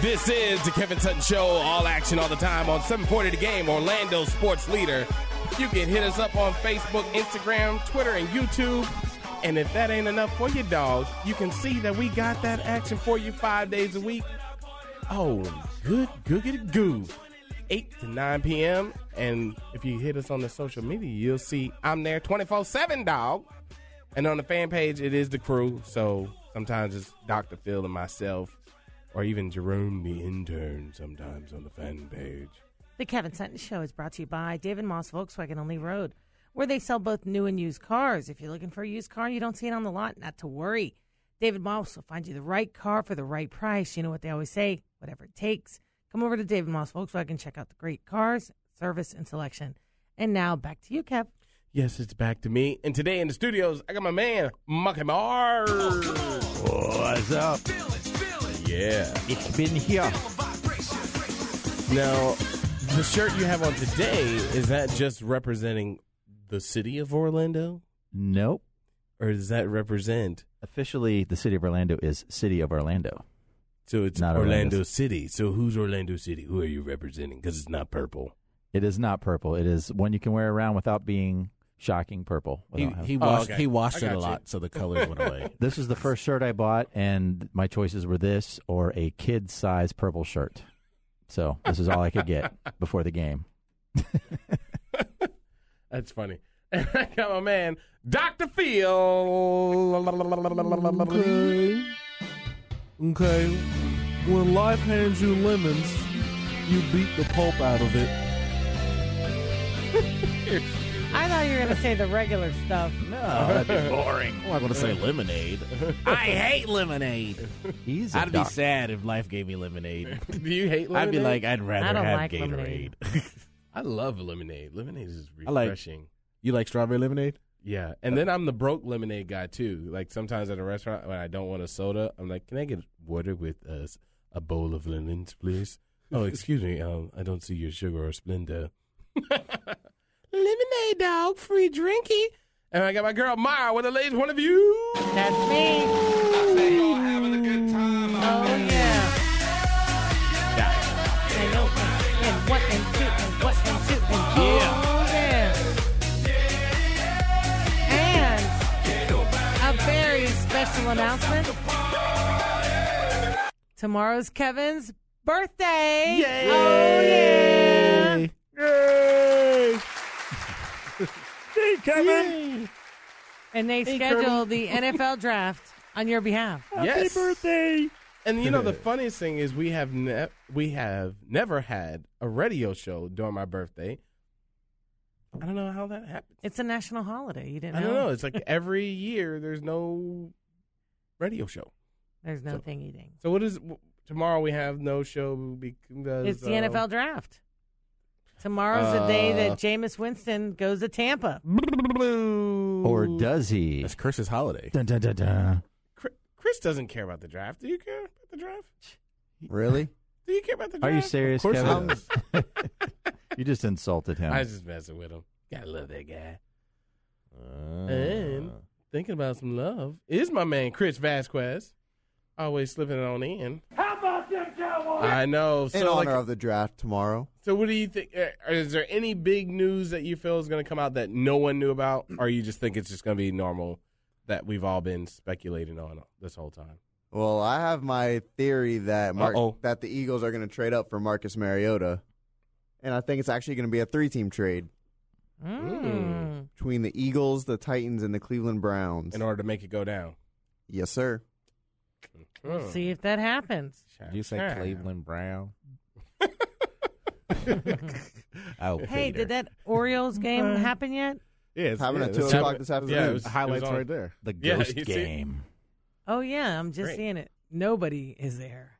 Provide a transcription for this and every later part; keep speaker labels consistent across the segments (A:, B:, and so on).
A: This is the Kevin Sutton Show, all action all the time on 740 The Game, Orlando sports leader. You can hit us up on Facebook, Instagram, Twitter, and YouTube. And if that ain't enough for you, dogs, you can see that we got that action for you five days a week. Oh, good googity goo. 8 to 9 p.m. And if you hit us on the social media, you'll see I'm there 24 7, dog. And on the fan page, it is the crew. So sometimes it's Dr. Phil and myself, or even Jerome the intern sometimes on the fan page.
B: The Kevin Sutton Show is brought to you by David Moss Volkswagen on Lee Road, where they sell both new and used cars. If you're looking for a used car and you don't see it on the lot, not to worry. David Moss will find you the right car for the right price. You know what they always say whatever it takes. Come over to David Moss Volkswagen, check out the great cars, service, and selection. And now back to you, Kev.
A: Yes, it's back to me. And today in the studios, I got my man, Monkey Mars.
C: What's up?
A: Yeah.
C: It's been here.
A: Now, the shirt you have on today, is that just representing the city of Orlando?
C: Nope.
A: Or does that represent.
C: Officially, the city of Orlando is City of Orlando.
A: So it's
C: Not
A: Orlando
C: Orlando.
A: City. So who's Orlando City? Who are you representing? Because it's not purple.
C: It is not purple. It is one you can wear around without being shocking purple.
D: He,
C: without having-
D: he washed
A: okay.
D: he washed
A: I
D: it
A: got
D: a
A: you.
D: lot, so the colors went away.
C: this was the first shirt I bought, and my choices were this or a kid size purple shirt. So this is all I could get before the game.
A: That's funny. And I got my man, Dr. Phil.
E: Okay. Okay. When life hands you lemons, you beat the pulp out of it.
B: I thought you were going to say the regular stuff.
D: Oh, boring. I'm not going to say lemonade. I hate lemonade.
C: He's a
D: I'd be
C: doc-
D: sad if life gave me lemonade.
A: Do you hate
D: I'd
A: lemonade?
D: be like, I'd rather
B: I don't
D: have
B: like lemonade.
D: Gatorade.
A: I love lemonade. Lemonade is
D: I like-
A: refreshing.
D: you like strawberry lemonade?
A: yeah. And then I'm the broke lemonade guy, too. Like sometimes at a restaurant when I don't want a soda, I'm like, can I get water with uh, a bowl of lemons, please? Oh, excuse me. Um, I don't see your sugar or Splenda. lemonade, dog. Free drinky. And I got my girl, Mara, with the latest one of you.
B: That's me. Oh, yeah. And, oh, and- and one and two and one and two and oh, yeah. And a very special announcement. Tomorrow's Kevin's birthday. Oh, yeah.
C: Kevin.
B: And they schedule the NFL draft on your behalf.
A: yes. birthday. And you know the funniest thing is we have ne- we have never had a radio show during my birthday. I don't know how that happened.
B: It's a national holiday. You didn't
A: I don't know. It's like every year there's no radio show.
B: There's no
A: So-
B: thing eating.
A: So what is w- tomorrow we have no show because
B: It's the
A: um,
B: NFL draft. Tomorrow's the day
A: uh,
B: that Jameis Winston goes to Tampa.
A: uh,
C: Or does he?
D: That's Chris's holiday.
C: Dun, dun, dun, dun.
A: Chr- Chris doesn't care about the draft. Do you care about the draft?
D: Really?
A: Do you care about the
C: Are
A: draft?
C: you serious,
D: course
A: Um,
C: Kevin? you just insulted him.
A: I was just messing with him. Gotta love that guy. And thinking about some love is my man Chris Vasquez. Always slipping it on in. How about them Cowboys? I know. So,
F: in honor
A: like,
F: of the draft tomorrow.
A: so what do you think? uh, Is there any big news that you feel is going to come out that no one knew about, or you just think it's just going to be normal that we've all been speculating on this whole time?
F: Well, I have my theory that Mar-
A: Uh-oh.
F: that the Eagles are going to trade up for Marcus Mariota, and I think it's actually going to be a three-team trade
B: Mm.
F: between the Eagles, the Titans, and the Cleveland Browns.
A: In order to make it go down.
F: yes, sir.
A: Hmm.
B: See if that happens.
A: Sure.
D: you say
A: Hmm. Sure.
D: Cleveland Brown? oh,
B: Hey, did that Orioles game happen yet?
D: Yeah, it's,
F: Having
D: yeah,
F: a two
D: that's-
F: o'clock this afternoon.
A: Yeah, it was,
D: highlights
A: it was on.
D: right there.
C: the
A: Yeah,
C: ghost
A: you see-
C: game.
B: Oh yeah, I'm just
A: Great.
B: seeing it. Nobody is there.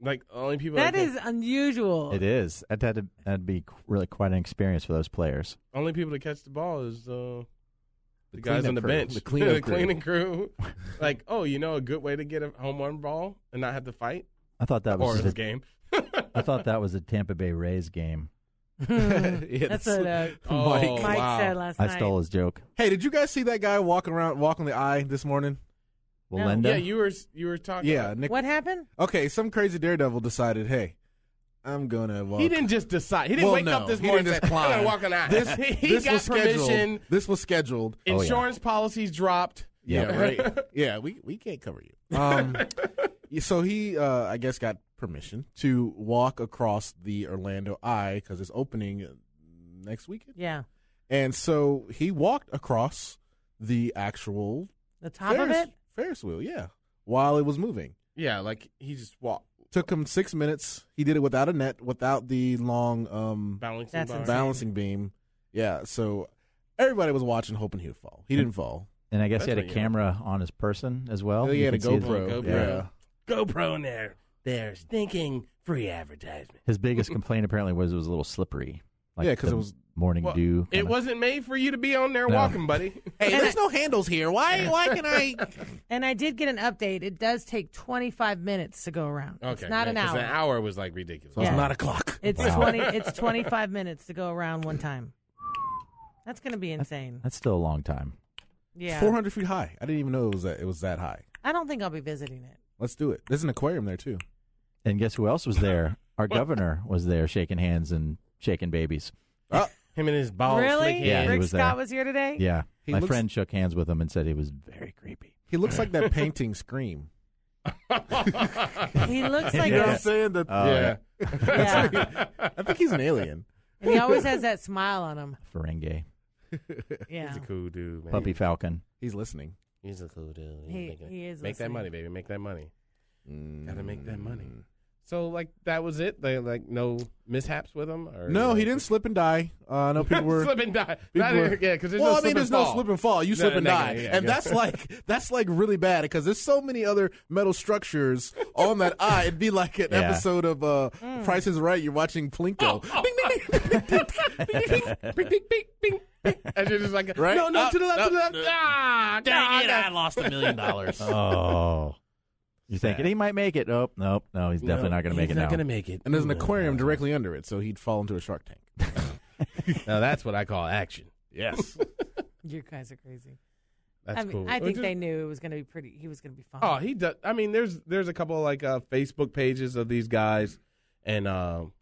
A: Like only people
B: That
A: can-
B: is unusual.
C: It is. That'd, that'd, that'd be qu- really quite an experience for those players.
A: only people to catch the ball is uh, the, guys
D: cleanup
A: on the
D: crew.
A: bench,
D: The cleanup
A: the
D: crew.
A: cleaning crew. like, oh, you know, a good way to get a home run ball and not have to fight
C: I thought that
A: or
C: was.
A: this
C: The,
A: game.
C: I thought that was a Tampa Bay Rays game.
D: Yeah,
B: That's
D: that's-
B: what uh,
A: Oh,
D: Mike.
B: Mike
A: wow.
B: said last
C: I
B: night.
C: stole his joke.
D: Hey, did you guys see that guy walking around walking the eye this morning?
C: Belinda.
A: Yeah, you were you were talking.
E: Yeah,
A: about-
E: Nick.
B: What happened?
E: Okay, some crazy daredevil decided, hey, I'm gonna evolve.
A: he didn't just decide. He didn't
E: uh, Well,
A: wake up
E: no,
A: this
E: he
A: morning
E: didn't
A: and say,
E: just
A: "I'm gonna
E: climb.
A: walk on ice."
E: This,
A: he
E: this
A: got
E: was scheduled. Oh,
A: permission.
E: This was scheduled.
C: yeah.
A: Insurance policies dropped.
D: Yeah, right. Yeah, we, we can't cover you.
E: Um, so he, uh, I guess, got permission to walk across the Orlando Eye because it's opening next weekend.
B: Yeah.
E: And so he walked across the actual
B: The top of
E: Ferris,
B: it?
E: Ferris wheel, yeah, while it was moving.
A: Yeah, like he just walked.
E: Took him six minutes. He did it without a net, without the long um,
A: Balancing
B: That's
A: bar.
B: insane.
E: balancing beam. Yeah, so everybody was watching, hoping he'd fall. He didn't fall.
C: and I guess he had a
A: That's what you-
C: camera on his person as well.
E: Oh, he
C: You
E: had a
C: could see his-
E: GoPro.
A: GoPro.
E: Yeah.
A: GoPro in there. There's thinking free advertisement.
C: His biggest complaint apparently was it was a little slippery. Like
E: Yeah, 'cause
C: the
E: it was-
C: morning
A: Well,
C: dew.
A: It
C: kinda-
A: wasn't made for you to be on there
C: No.
A: walking, buddy.
D: Hey, there's no handles here. Why why can I
B: And I did get an update. It does take 25 minutes to go around. it's not
A: yeah,
B: an
A: 'cause
B: hour.
A: An hour was like ridiculous.
B: Yeah.
E: Not a clock.
B: It's
C: Wow.
B: 20 it's 25 minutes to go around one time. That's going to be insane.
C: That's still a long time.
B: Yeah.
E: 400 feet high. I didn't even know it was that. It was that high.
B: I don't think I'll be visiting it.
E: Let's do it. There's an aquarium there too.
C: And guess who else was there? Our governor was there shaking hands and shaking babies.
A: Him and his balls.
B: really?
C: Yeah, he
B: Rick
C: was
B: Scott
C: there.
B: was here today?
C: Yeah.
E: He
C: My
E: looks-
C: friend shook hands with him and said he was very creepy.
E: He looks like that painting Scream.
B: He looks like
E: You know what
B: a-
E: I'm saying? That
A: yeah.
B: yeah.
E: I think he's an alien.
B: And he always has that smile on him.
C: Ferengi,
B: Yeah.
A: He's a cool dude, man.
C: puppy falcon.
E: He's listening.
A: He's a cool dude. He's
B: He-
A: making-
B: he is
A: Make that
B: listening.
A: money, baby. Make that money.
E: Mm.
A: Gotta make that money. So like that was it. They like no mishaps with him. Or,
E: No, he
A: like-
E: didn't slip and die. Uh, no people were.
A: slip and die.
E: people
A: Not
E: were-
A: even- yeah, because there's
E: well,
A: no
E: I mean,
A: slip
E: there's
A: and
E: no
A: fall.
E: slip and fall. You
A: No,
E: slip
A: no,
E: and
A: no,
E: die,
A: yeah,
E: and
A: yeah.
E: that's like that's like really bad because there's so many other metal structures on that eye. It'd be like an
C: Yeah.
E: episode of uh, Price is Right. You're watching Plinko.
A: Oh,
E: Bing, bing, bing, bing, bing, bing, bing, bing, bing.
A: Bing, bing, bing, bing, bing. And you're just like,
E: Right?
A: no, no,
E: Up,
A: to the left, to the
E: up,
A: left. Ah,
D: dang
A: God,
D: it, I lost a million dollars.
C: Oh. You're thinking he might make it. Nope, nope, no, he's definitely not going to make it
A: He's not
C: now.
A: gonna make it.
E: And there's an aquarium directly under it, so he'd fall into a shark tank.
A: Now that's what I call action.
E: Yes.
B: You guys are crazy.
A: That's
B: I mean,
A: cool.
B: I think
A: Just-
B: they knew it was going to be pretty he was going to be fine.
A: Oh, he does. I mean, there's there's a couple like uh, Facebook pages of these guys and um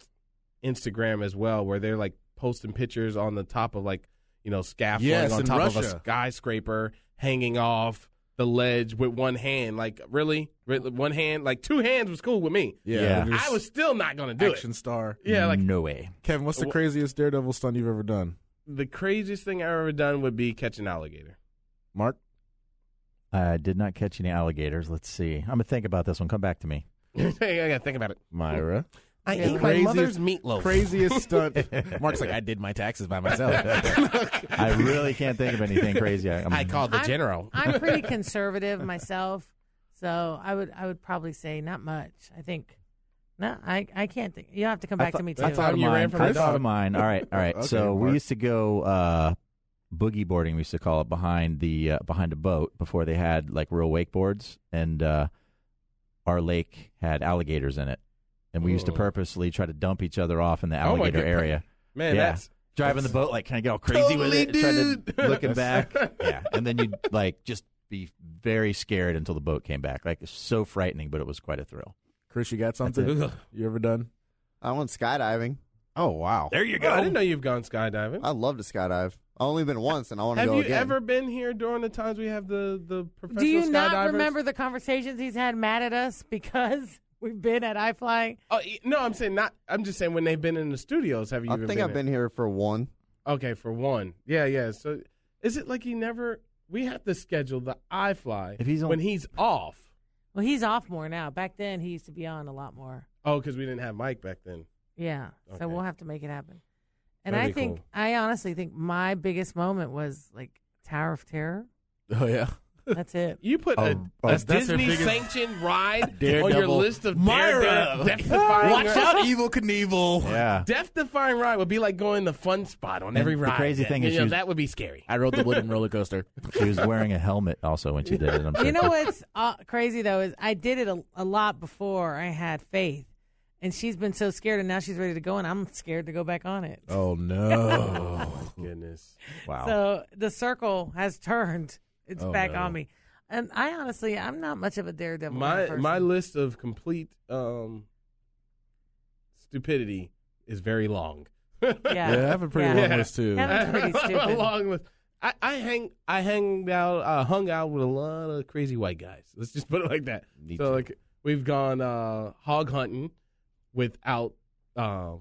A: Instagram as well, where they're like posting pictures on the top of like you know scaffolding
E: Yes,
A: on
E: in
A: top of a
E: Russia.
A: skyscraper, hanging off the ledge with one hand. Like really, Really? one hand, like two hands was cool with me.
C: Yeah.
E: there's
A: I was still not gonna do
E: action star.
A: it. Yeah, like
C: no way.
E: Kevin, what's the craziest Daredevil stunt you've ever done?
A: the craziest thing I've ever done would be catch an alligator.
E: Mark?
C: I did not catch any alligators. Let's see. I'm going to think about this one. Come back to me.
A: I gotta think about it.
E: Myra?
A: I
B: Yeah.
A: ate my
E: Craziest-
A: mother's meatloaf.
E: Craziest stunt.
D: Mark's like, I did my taxes by myself.
C: I really can't think of anything crazy. I, I'm-
A: I called the
B: I'm-
A: general.
B: I'm pretty conservative myself, so I would I would probably say not much. I think no, I I can't think. You have to come back to me too.
C: I thought of
A: You ran
C: mine.
A: from
C: I
A: the
C: thought
A: dog.
C: of mine. All right, all right.
E: Okay,
C: so we
E: Mark.
C: used to go uh, boogie boarding. We used to call it behind the uh, behind a boat before they had like real wakeboards, and uh, our lake had alligators in it, and we used to
A: Ooh.
C: purposely try to dump each other off in the
A: Oh my
C: alligator
A: God.
C: area.
A: Man,
C: yeah.
A: that's
C: Driving the boat, like kind of get all crazy with
A: Totally,
C: it, trying
A: dude.
C: to looking back, yeah, and then you'd like just be very scared until the boat came back. Like it's so frightening, but it was quite a thrill.
E: Chris, you got something you ever done?
F: I went skydiving.
E: Oh, wow.
D: there you
A: Oh,
D: go.
A: I didn't know you've gone skydiving.
F: I love to skydive. I've only been once, and I want to
A: Have
F: go
A: you
F: again.
A: ever been here during the times we have the the professional
B: Do you not
A: skydivers?
B: remember the conversations he's had mad at us because we've been at iFly?
A: Oh, y- no, I'm saying not. I'm just saying when they've been in the studios. Have you?
F: I
A: even
F: think
A: been
F: I've been here for one.
A: in? Okay, for one. Yeah, yeah. So is it like he never? We have to schedule the iFly
C: If he's on-
A: when he's off.
B: Well, he's off more now. Back then, he used to be on a lot more.
A: Oh, because we didn't have Mike back then.
B: Yeah,
A: Okay.
B: so we'll have to make it happen. And
A: That'd
B: I
A: be
B: think
A: cool.
B: I honestly think my biggest moment was like Tower of Terror.
E: Oh, yeah.
B: That's it.
A: You put a,
E: Oh,
A: a
E: oh, that's their
A: Disney
E: biggest-
A: sanctioned ride on your
E: Daredevil.
A: list of
E: Myra!
A: daredevil- death-defying
E: Watch out, Evil Knievel.
C: Yeah,
A: Death-defying ride would be like going the fun spot on every
C: the
A: ride.
C: crazy
A: That-
C: thing
A: you
C: is
A: know,
C: you-
A: that would be scary.
D: I rode the wooden roller coaster.
C: she was wearing a helmet also when she did it. I'm sure
B: You know what's uh, crazy though is I did it a, a lot before I had Faith, and she's been so scared, and now she's ready to go, and I'm scared to go back on it.
E: Oh, no.
A: Goodness.
C: Wow.
B: So the circle has turned; it's
E: Oh,
B: back
E: no.
B: on me. And I honestly, I'm not much of a daredevil.
A: my
B: person.
A: my list of complete um, stupidity is very long.
E: Yeah, I have a pretty
B: Yeah.
E: long list too.
B: Yeah. That's pretty stupid.
A: a long list. I, I hang I hang out uh, hung out with a lot of crazy white guys. Let's just put it like that.
E: Me
A: so
E: too.
A: like we've gone uh, hog hunting without uh,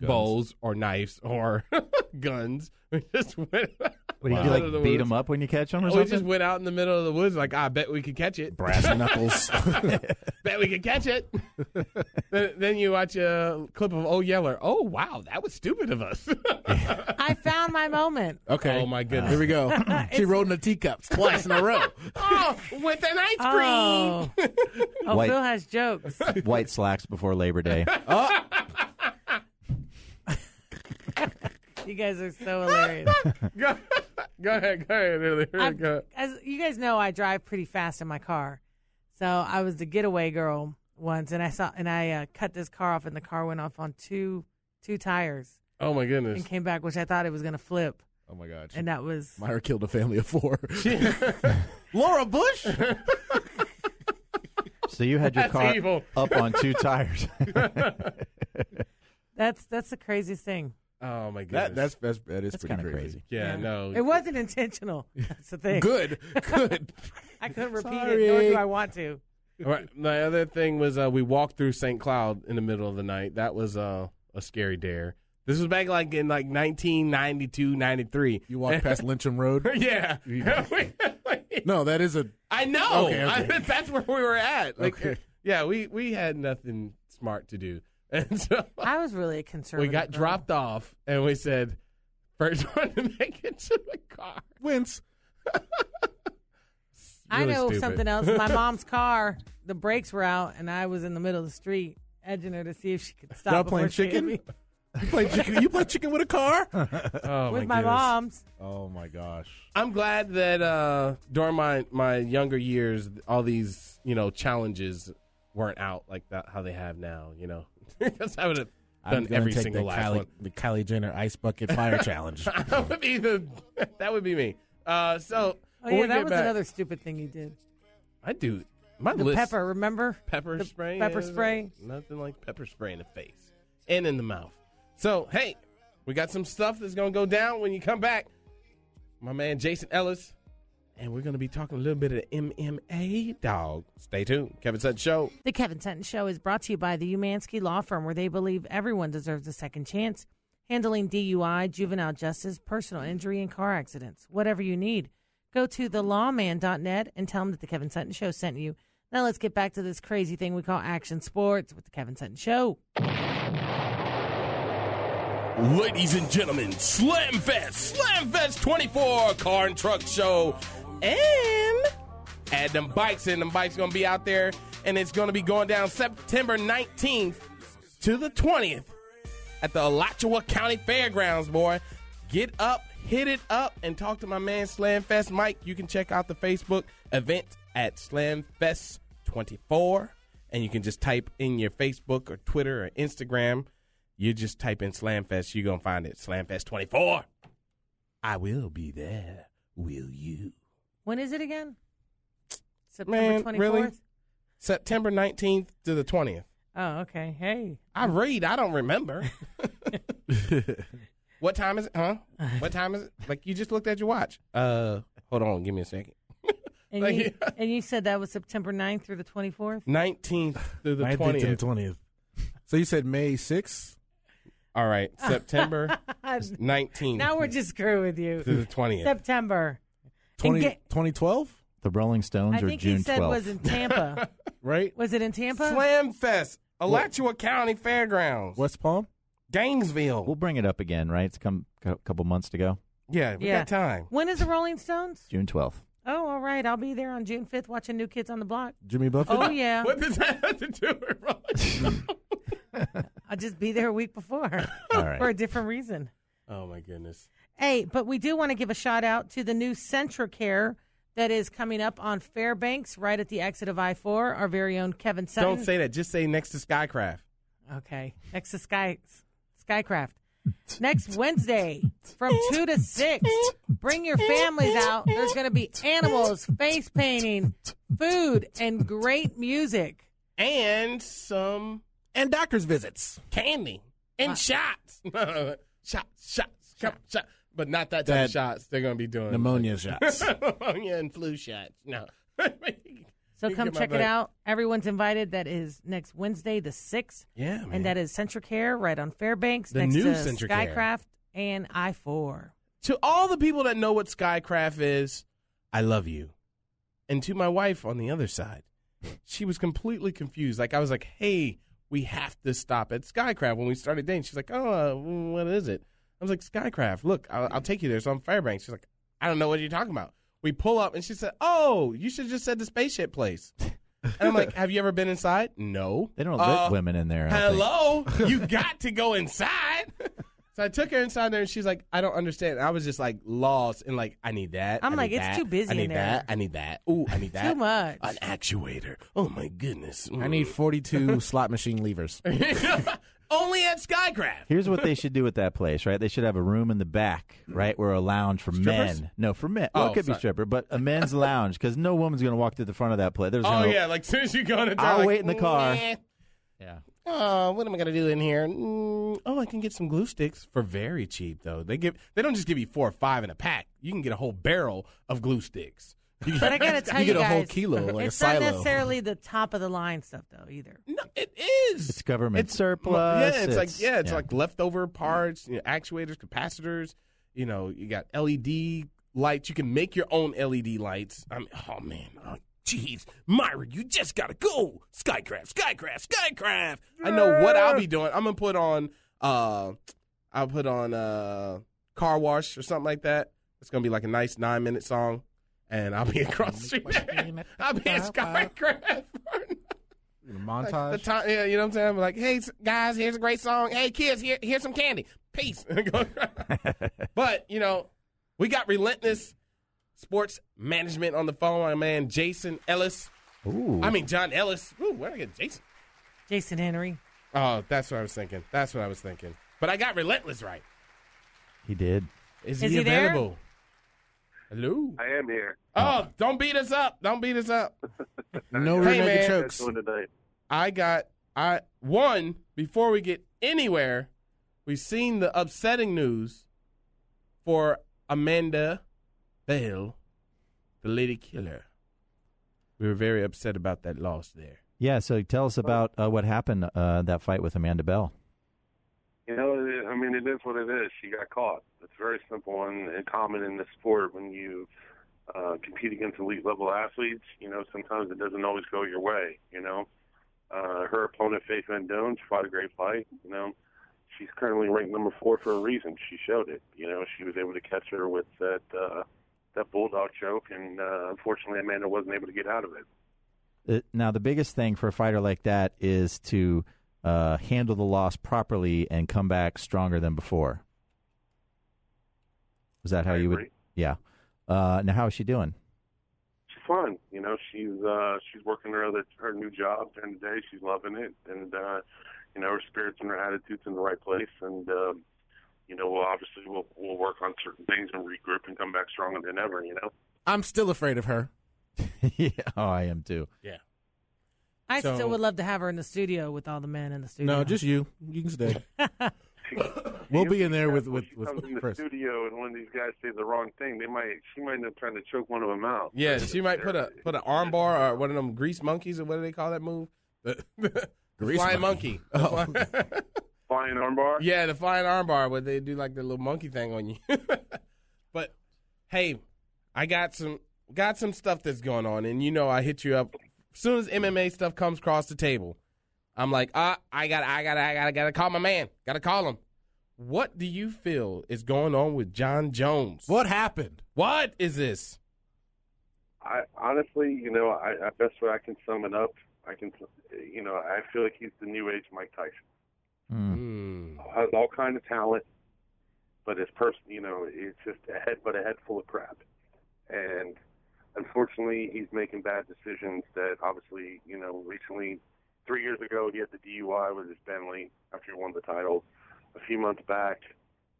A: bows or knives or guns. We just went.
C: What Oh, do you
A: Wow.
C: do,
A: Out of
C: like
A: the
C: beat
A: woods.
C: them up when you catch them or
A: we
C: something?
A: just went out in the middle of the woods. Like "Ah, I bet we could catch it.
E: Brass knuckles.
A: Bet we could catch it. then, then you watch a clip of Oh Yeller. Oh wow, that was stupid of us.
B: I found my moment.
E: okay. Uh.
A: Oh my goodness.
E: Here we go. she rolled in the teacups twice in a row.
A: oh, with an ice cream.
B: Oh, oh
C: Wait.
B: Phil has jokes.
C: White slacks before Labor Day.
B: You guys are so hilarious.
A: go, go ahead, go ahead, Lily. Here we
B: I'm-
A: go.
B: as you guys know, I drive pretty fast in my car, so I was the getaway girl once, and I saw and I uh, cut this car off, and the car went off on two two tires
A: Oh my goodness.
B: and came back, which I thought it was gonna flip,
E: Oh my god.
B: and that was
E: Meyer killed a family of four. Laura Bush.
C: So you had your
A: That's
C: car
A: evil.
C: up on two tires.
B: that's that's the craziest thing.
A: Oh my goodness.
E: That, that's that's that is
C: That's
E: pretty
C: kind of
E: crazy.
C: crazy.
A: yeah,
B: Yeah.
A: no.
B: It wasn't intentional. That's the thing.
E: Good. Good.
B: I couldn't repeat
E: Sorry.
B: it, nor do I want to.
A: All right, my other thing was uh, we walked through St. Cloud in the middle of the night. That was uh, a scary dare. This was back like in like 1992, 93.
E: you walk past Lyncham Road.
A: yeah.
E: No, that is a
A: I know.
E: Okay, okay.
A: I, that's where we were at. Like, uh,
E: Okay.
A: yeah, we we had nothing smart to do, and so
B: I was really a conservative.
A: we got
B: girl.
A: dropped off, and we said, first one to make it to the car."
E: wince.
B: I
A: Really
B: know
A: stupid.
B: something else. My mom's car, the brakes were out, and I was in the middle of the street edging her to see if she could stop.
E: Y'all playing
B: before she hit
E: chicken?
B: me.
E: You play chicken. You play chicken with a car.
A: Oh,
B: with my
A: my goodness.
B: mom's.
E: Oh my gosh.
A: I'm glad that uh, during my, my younger years, all these you know challenges weren't out like that how they have now. You know, because I would have done every single
E: the
A: last
E: Kylie,
A: one.
E: the Kylie Jenner ice bucket fire challenge.
A: that would be the that would be me. Uh, so
B: Oh
A: when
B: yeah,
A: we
B: that
A: get
B: was
A: back-
B: another stupid thing you did.
A: I do my
B: The
A: list.
B: pepper, remember?
A: pepper
B: The
A: spray.
B: pepper
A: is
B: spray.
A: Nothing like pepper spray in the face and in the mouth. So, hey, we got some stuff that's going to go down when you come back. My man Jason Ellis, and we're going to be talking a little bit of MMA dog. Stay tuned. Kevin Sutton Show.
B: The Kevin Sutton Show is brought to you by the Umansky Law Firm, where they believe everyone deserves a second chance. Handling DUI, juvenile justice, personal injury, and car accidents. Whatever you need, go to thelawman.net and tell them that the Kevin Sutton Show sent you. Now let's get back to this crazy thing we call action sports with the Kevin Sutton Show.
A: Ladies and gentlemen, Slam Fest, Slam Fest 24 Car and Truck Show. And add them bikes in. Them bikes going to be out there, and it's going to be going down September 19th to the 20th at the Alachua County Fairgrounds, boy. Get up, hit it up, and talk to my man Slam Fest Mike. You can check out the Facebook event at Slam Fest 24, and you can just type in your Facebook or Twitter or Instagram. You just type in Slam Fest, you're going to find it. Slam Fest 24. I will be there. Will you?
B: When is it again? September
A: Man,
B: 24th?
A: really? September 19th to the 20th.
B: Oh, okay. Hey.
A: I read, I don't remember. what time is it? Huh? What time is it? Like you just looked at your watch. Uh, hold on, give me a second.
B: And,
A: Thank
B: you,
A: you.
B: and you said that was September 9th through the 24th?
A: 19th through the
E: 19th to
A: 20th.
E: the 20th. So you said May 6th?
A: All right, September 19th
B: now we're just screwing with you.
A: through the 20th.
B: September.
E: 20,
B: get-
E: 2012?
C: the Rolling Stones
B: I
C: or
B: think
C: June
B: he said
C: 12th.
B: was in Tampa.
E: Right?
B: was it in Tampa?
A: Slam Fest, Alachua County Fairgrounds,
E: West Palm?
A: Gainesville.
C: We'll bring it up again, right? It's come a couple months to go.
A: yeah, we got time.
B: When is the Rolling Stones?
C: June 12th.
B: Oh, all right. I'll be there on June 5th watching New Kids on the Block.
E: Jimmy Buffett?
B: Oh, yeah.
A: What does that have to do with Rolling Stone?
B: I'll just be there a week before
C: All
B: for
C: right.
B: a different reason.
A: Oh my goodness.
B: Hey, but we do want to give a shout out to the new Centricare that is coming up on Fairbanks right at the exit of I 4. Our very own Kevin Sutton.
A: Don't say that. Just say next to Skycraft.
B: Okay. Next to Sky Skycraft. next Wednesday from 2 to 6. Bring your families out. There's going to be animals, face painting, food, and great music.
A: and some
E: and doctor's visits.
A: candy and shots. shots, shots, come, shot. But not that type of
E: That-
A: shots. They're gonna be doing
E: Pneumonia shots.
A: pneumonia and flu shots. No.
B: So
A: You
B: come
A: get my
B: check it
A: vote.
B: out. Everyone's invited. That is next Wednesday, the 6th.
A: Oh, yeah, man.
B: And that is Centricare right on Fairbanks
A: The
B: next
A: new
B: to
A: Centricare.
B: Skycraft and I 4.
A: to all the people that know what Skycraft is, I love you. And to my wife on the other side, she was completely confused. Like I was like, "Hey, we have to stop at Skycraft." When we started dating, she's like, "Oh, uh, what is it?" I was like, "Skycraft. Look, I'll, I'll take you there." So I'm Fairbanks. She's like, "I don't know what you're talking about." We pull up, and she said, "Oh, you should just said the spaceship place." And I'm like, "Have you ever been inside?" No.
C: They don't
A: "Uh,
C: let women in there. I don't think.
A: Hello, you got to go inside. So I took her inside there, and she's like, "I don't understand." I was just like lost and like, "I need that."
B: I'm
A: I
B: like,
A: need
B: it's
A: that,
B: too busy
A: I need
B: in there.
A: that. I need that. Ooh, I need that.
B: Too much.
A: An actuator. Oh my goodness.
E: I need 42 slot machine levers.
A: Mm. only at Skycraft.
C: Here's what they should do with that place, right? They should have a room in the back, right, where a lounge for
A: Strippers?
C: men. No, for men.
A: Oh,
C: Well, it could
A: sorry.
C: be stripper, but a men's lounge because no woman's going to walk through the front of that place. There's
A: Oh
C: gonna,
A: yeah, like soon as you go in, the door,
C: I'll
A: like,
C: wait in the car.
A: "Nah.
C: Yeah.
A: Oh, what am I gonna do in here? Mm, oh, I can get some glue sticks for very cheap though. They give they don't just give you four or five in a pack. You can get a whole barrel of glue sticks.
B: But I gotta tell you,
E: you get a
B: guys,
E: whole kilo, like a
B: it's
E: silo.
B: not necessarily the top of the line stuff though either.
A: No, it is.
C: It's government surplus.
A: Yeah, it's, like
C: it's-
A: yeah, it's
C: yeah.
A: like leftover parts, you know, actuators, capacitors. You know, you got LED lights. You can make your own LED lights. I mean, oh man, oh jeez, Myra, you just gotta go. Skycraft, Skycraft, Skycraft. I know what I'll be doing. I'm gonna put on. uh I'll put on uh car wash or something like that. It's gonna be like a nice nine minute song, and I'll be across the street. I'll be in Skycraft.
E: Montage.
A: Like the time, yeah, you know what I'm saying? I'm like, hey s- guys, here's a great song. Hey kids, here, here's some candy. Peace. but you know, we got relentless sports management on the phone. My man Jason Ellis.
C: Ooh.
A: I mean John Ellis. Ooh, where did I get Jason?
B: Jason Henry.
A: Oh, that's what I was thinking. That's what I was thinking. But I got relentless right.
C: he did.
B: Is he there?
A: available? Hello.
G: I am here.
A: Oh, don't beat us up. Don't beat us up.
E: no
A: Hey,
E: rear
A: man.
E: naked
G: That's
E: chokes.
G: one tonight.
A: I got I one before we get anywhere. We've seen the upsetting news for Amanda Bell, the lady killer. We were very upset about that loss there.
C: Yeah. So tell us about uh, what happened uh, that fight with Amanda Bell.
G: You know, it- I mean, it is what it is. She got caught. It's very simple and, and common in the sport when you uh, compete against elite level athletes. You know, sometimes it doesn't always go your way. You know, uh, her opponent Faith Vendone, she fought a great fight. You know, she's currently ranked number four for a reason. She showed it. You know, she was able to catch her with that uh, that bulldog choke, and uh, unfortunately, Amanda wasn't able to get out of it.
C: Uh, now, the biggest thing for a fighter like that is to uh, handle the loss properly and come back stronger than before. Is that how
G: I
C: you would?
G: agree.
C: Yeah. Uh, now, how is she doing?
G: she's fun. You know, she's uh she's working her other her new job during the day. She's loving it, and uh, you know, her spirits and her attitude's in the right place. And um, you know, we'll obviously we'll we'll work on certain things and regroup and come back stronger than ever. You know.
E: I'm still afraid of her.
C: yeah. Oh, I am too.
B: I
A: So-
B: still would love to have her in the studio with all the men in the studio.
E: No, just you. You can stay. We'll be in there with with
G: she
E: with
G: comes in the
E: Chris.
G: studio, and when these guys say the wrong thing, they might she might end up trying to choke one of them out.
A: Yeah, she might put a put an armbar or one of them grease monkeys or what do they call that move? The, the
E: Grease
A: flying monkey.
E: monkey.
A: The fly-
G: flying armbar.
A: yeah, the flying armbar where they do like the little monkey thing on you. but hey, I got some got some stuff that's going on, and you know I hit you up as soon as MMA stuff comes across the table. I'm like, ah, I got, I got, I got, I got to call my man. Got to call him. What do you feel is going on with John Jones?
E: What happened?
A: What is this?
G: I honestly, you know, I, I best way I can sum it up. I can, you know, I feel like he's the new age Mike Tyson.
C: Mm.
A: Hmm.
G: has all kind of talent, but his person, you know, it's just a head, but a head full of crap. And unfortunately, he's making bad decisions that obviously, you know, recently, three years ago, he had the DUI with his Bentley after he won the title. a few months back,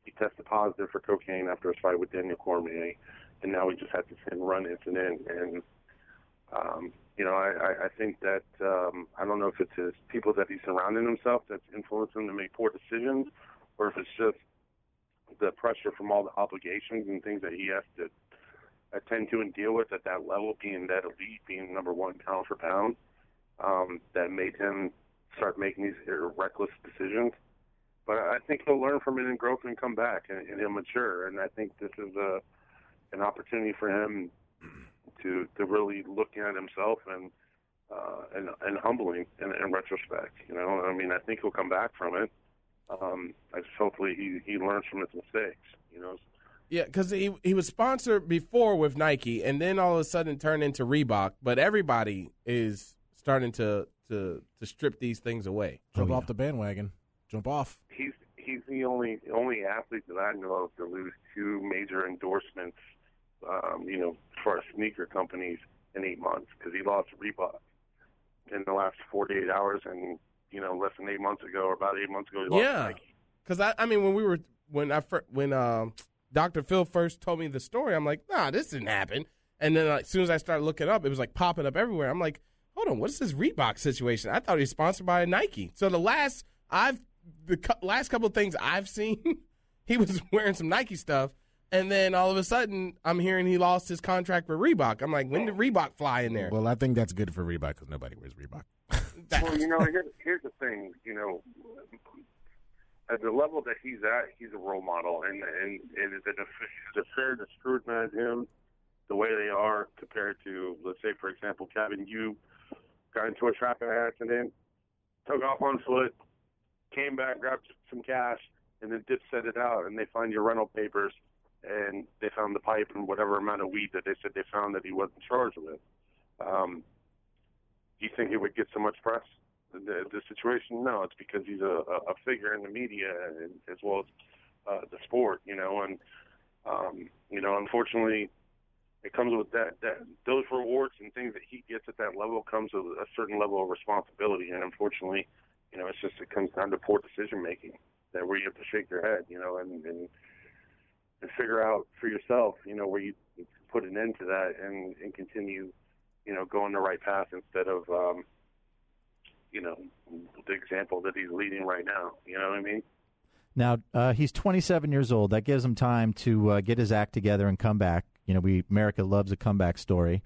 G: he tested positive for cocaine after his fight with Daniel Cormier, and now he just had this hit and run incident. And um, you know, I, I, I think that um, I don't know if it's his people that he's surrounding himself that's influencing him to make poor decisions, or if it's just the pressure from all the obligations and things that he has to attend to and deal with at that level, being that elite, being number one pound for pound, um, that made him start making these reckless decisions. But I think he'll learn from it and grow and come back, and, and he'll mature. And I think this is a an opportunity for him to to really look at himself and uh, and and humbling in, in retrospect. You know, I mean, I think he'll come back from it. Um, I just hopefully he he learns from his mistakes. You know,
A: Yeah, because he he was sponsored before with Nike, and then all of a sudden turned into Reebok. But everybody is starting to to to strip these things away.
E: Jump off the bandwagon. Jump off.
G: he's he's the only only athlete that I know of to lose two major endorsements, um, you know, for sneaker companies in eight months because he lost Reebok in the last 48 hours, and you know, less than eight months ago or about eight months ago, he lost
A: yeah,
G: Nike.
A: because I I mean when we were when I fir- when um Dr. Phil first told me the story, I'm like, nah, this didn't happen. And then like, as soon as I started looking up, it was like popping up everywhere. I'm like, hold on, what's this Reebok situation? I thought he was sponsored by Nike. So the last I've the cou- last couple of things I've seen, he was wearing some Nike stuff. And then all of a sudden, I'm hearing he lost his contract with Reebok. I'm like, when did Reebok fly in there?
E: Well, I think that's good for Reebok because nobody wears Reebok.
G: Well, you know, here, here's the thing. You know, at the level that he's at, he's a role model, and and, and is, it, is it fair to scrutinize him the way they are compared to, let's say, for example, Kevin, you got into a traffic accident, took off on foot, came back, grabbed some cash, and then dip set it out, and they find your rental papers, and they found the pipe and whatever amount of weed that they said they found that he wasn't charged with. Um, do you think it would get so much press? The, the situation? No, it's because he's a, a a figure in the media and, as well as uh, the sport, you know. And um, you know, unfortunately, it comes with that that those rewards and things that he gets at that level comes with a certain level of responsibility. And unfortunately, you know, it's just it comes down to poor decision making that where you have to shake your head, you know, and and, and figure out for yourself, you know, where you put an end to that and and continue you know, going the right path instead of, um, you know, the example that he's leading right now. You know what I mean?
C: Now uh, he's 27 years old. That gives him time to uh, get his act together and come back. You know, we America loves a comeback story,